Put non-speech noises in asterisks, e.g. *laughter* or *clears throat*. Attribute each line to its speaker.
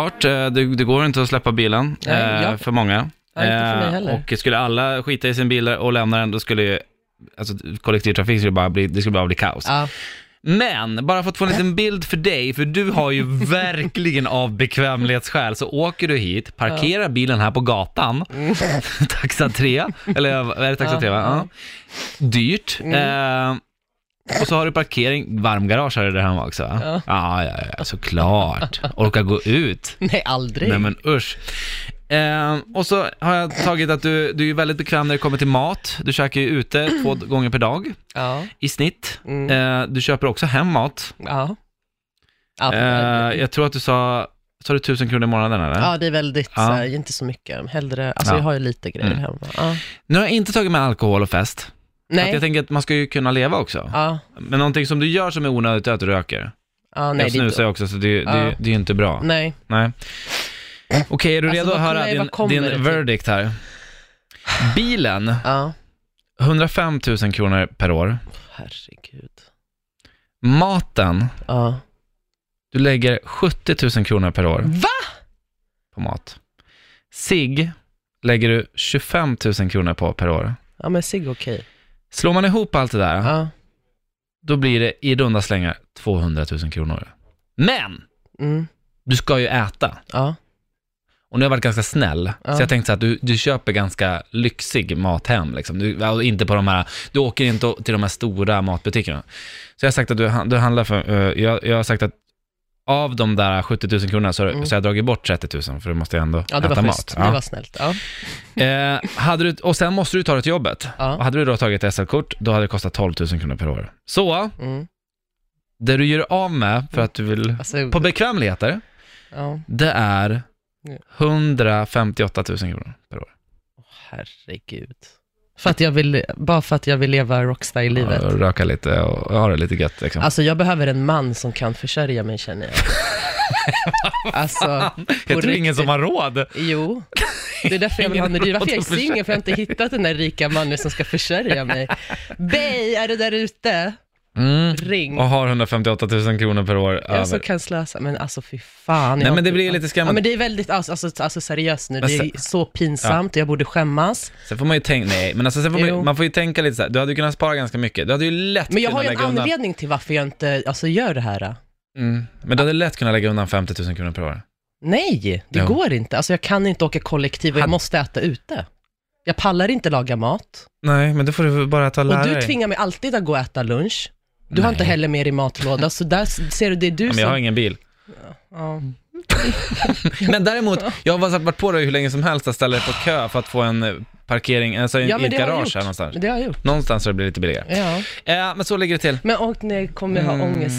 Speaker 1: Klart, eh, det, det går inte att släppa bilen
Speaker 2: Nej,
Speaker 1: eh,
Speaker 2: ja.
Speaker 1: för många.
Speaker 2: Nej, inte för mig
Speaker 1: Eh,
Speaker 2: heller.
Speaker 1: och skulle alla skita i sin bil och lämna den, då skulle ju, alltså, kollektivtrafik skulle bara bli, det skulle bara bli kaos.
Speaker 2: Ja. *laughs*
Speaker 1: Men, bara för att få en liten bild för dig, för du har
Speaker 2: *laughs*
Speaker 1: ju verkligen av bekvämlighetsskäl, så åker du hit, parkerar bilen här på gatan, *laughs* taxa 3, eller är det taxa
Speaker 2: Mm. Ja, Mm.
Speaker 1: 3 va? Ja. Dyrt. Eh, och så har du parkering, varmgarage har du där hemma också va?
Speaker 2: Ja.
Speaker 1: Ja, ja, ja, såklart. Orka gå ut.
Speaker 2: Nej, aldrig.
Speaker 1: Nej men usch. Eh, och så har jag tagit att du, du är väldigt bekväm när det kommer till mat. Du käkar ju ute
Speaker 2: *clears throat*
Speaker 1: två gånger per dag
Speaker 2: Ja.
Speaker 1: i snitt.
Speaker 2: Mm.
Speaker 1: Eh, du köper också hem mat.
Speaker 2: Ja. Ja,
Speaker 1: Eh, jag tror att du sa, sa du tusen kronor i månaden eller?
Speaker 2: ja, det är väldigt
Speaker 1: Ja.
Speaker 2: så här, inte så mycket. Hellre, alltså
Speaker 1: Ja.
Speaker 2: jag har ju lite grejer
Speaker 1: Mm.
Speaker 2: hemma. Ja.
Speaker 1: Nu har jag inte tagit med alkohol och fest. För att
Speaker 2: Nej.
Speaker 1: jag tänker att man ska ju kunna leva också.
Speaker 2: Ja.
Speaker 1: Men någonting som du gör som är onödigt är att du röker.
Speaker 2: Ja, nej,
Speaker 1: jag
Speaker 2: det är
Speaker 1: snusar ju också så det, det,
Speaker 2: Ja.
Speaker 1: det är ju inte bra.
Speaker 2: Nej.
Speaker 1: Nej. Okej, är du
Speaker 2: Alltså,
Speaker 1: redo att
Speaker 2: vad-
Speaker 1: höra
Speaker 2: nej, vad
Speaker 1: din,
Speaker 2: kommer det
Speaker 1: din
Speaker 2: till?
Speaker 1: verdict här? Bilen,
Speaker 2: Ja.
Speaker 1: 105 000 kronor per år.
Speaker 2: Herregud.
Speaker 1: Maten,
Speaker 2: Ja.
Speaker 1: du lägger 70 000 kronor per år
Speaker 2: Va?
Speaker 1: på mat. Sig lägger du 25 000 kronor på per år.
Speaker 2: Ja, men cigg okej.
Speaker 1: Slår man ihop allt det där,
Speaker 2: Ja.
Speaker 1: då blir det i runda slängar 200 000 kronor. Men!
Speaker 2: Mm.
Speaker 1: Du ska ju äta.
Speaker 2: Ja.
Speaker 1: Och nu har jag varit ganska snäll,
Speaker 2: Ja.
Speaker 1: så jag tänkte så att du, du köper ganska lyxig mat hem. Liksom. Du, alltså inte på de här, du åker inte till de här stora matbutikerna. Så jag har sagt att du, han- du handlar för, eh, jag, jag har sagt att av de där 70 000 kronorna så, har-
Speaker 2: Mm.
Speaker 1: så har jag dragit bort 30 000 för du måste ju ändå
Speaker 2: Ja, det
Speaker 1: äta
Speaker 2: var
Speaker 1: mat.
Speaker 2: schysst.
Speaker 1: Ja.
Speaker 2: Det var snällt. Ja.
Speaker 1: Eh, hade du, och sen måste du ta dig till jobbet. Och
Speaker 2: Ja.
Speaker 1: hade du då tagit SL-kort, då hade det kostat 12 000 kronor per år. Så,
Speaker 2: Mm.
Speaker 1: det du gör av med för att du vill
Speaker 2: Alltså,
Speaker 1: på bekvämligheter,
Speaker 2: ja.
Speaker 1: det är
Speaker 2: Ja.
Speaker 1: 158 000 kronor per år.
Speaker 2: Herregud. För att jag vill, bara för att jag vill leva rockstar-livet.
Speaker 1: Ja, och röka lite och ha det lite gött liksom.
Speaker 2: Alltså jag behöver en man som kan försörja
Speaker 1: *laughs*
Speaker 2: mig känner jag. alltså, på
Speaker 1: jag tror ingen
Speaker 2: riktigt.
Speaker 1: som har råd.
Speaker 2: Jo, det är därför jag vill ha en ny. Varför jag är singel, för jag har inte hittat den där rika mannen som ska försörja mig. Bey, är du där ute?
Speaker 1: Mm.
Speaker 2: Ring.
Speaker 1: Och har 158 000 kronor per år
Speaker 2: Jag som
Speaker 1: över.
Speaker 2: kan slösa, men alltså fy fan.
Speaker 1: Nej
Speaker 2: jag-
Speaker 1: men det blir lite
Speaker 2: Ja, men
Speaker 1: skrämmande.
Speaker 2: det är väldigt, alltså, alltså, alltså seriöst nu,
Speaker 1: Men
Speaker 2: det är så pinsamt och jag borde skämmas.
Speaker 1: Sen får man ju tänka, nej men alltså sen får man, ju,
Speaker 2: Jo.
Speaker 1: man får ju tänka lite så här. du hade ju kunnat spara ganska mycket. Du hade ju lätt
Speaker 2: Men jag har
Speaker 1: kunnat
Speaker 2: ju en
Speaker 1: lägga undan.
Speaker 2: anledning till varför jag inte alltså, gör det här.
Speaker 1: Mm. Men du hade lätt kunnat lägga undan 50 000 kronor per år.
Speaker 2: Nej, det
Speaker 1: Jo.
Speaker 2: går inte. Alltså jag kan inte åka kollektiv och jag
Speaker 1: Han-
Speaker 2: måste äta ute. Jag pallar inte laga mat.
Speaker 1: Nej, men då får du bara ta och lära
Speaker 2: Och du
Speaker 1: dig.
Speaker 2: tvingar mig alltid att gå och äta lunch. Du har
Speaker 1: Nej.
Speaker 2: inte heller med dig matlåda, så där s- ser du, det är du
Speaker 1: Ja, Men
Speaker 2: som...
Speaker 1: jag har ingen bil.
Speaker 2: Ja.
Speaker 1: Men däremot, jag har varit på dig hur länge som helst att ställa dig på kö för att få en eh, parkering, alltså en,
Speaker 2: Ja,
Speaker 1: i
Speaker 2: men
Speaker 1: ett
Speaker 2: det har jag
Speaker 1: garage
Speaker 2: gjort.
Speaker 1: här någonstans.
Speaker 2: Det har jag gjort.
Speaker 1: Någonstans så det blir lite billigare.
Speaker 2: Ja.
Speaker 1: Eh, men så ligger det till.
Speaker 2: Men och ni kommer ha
Speaker 1: Mm.
Speaker 2: ångest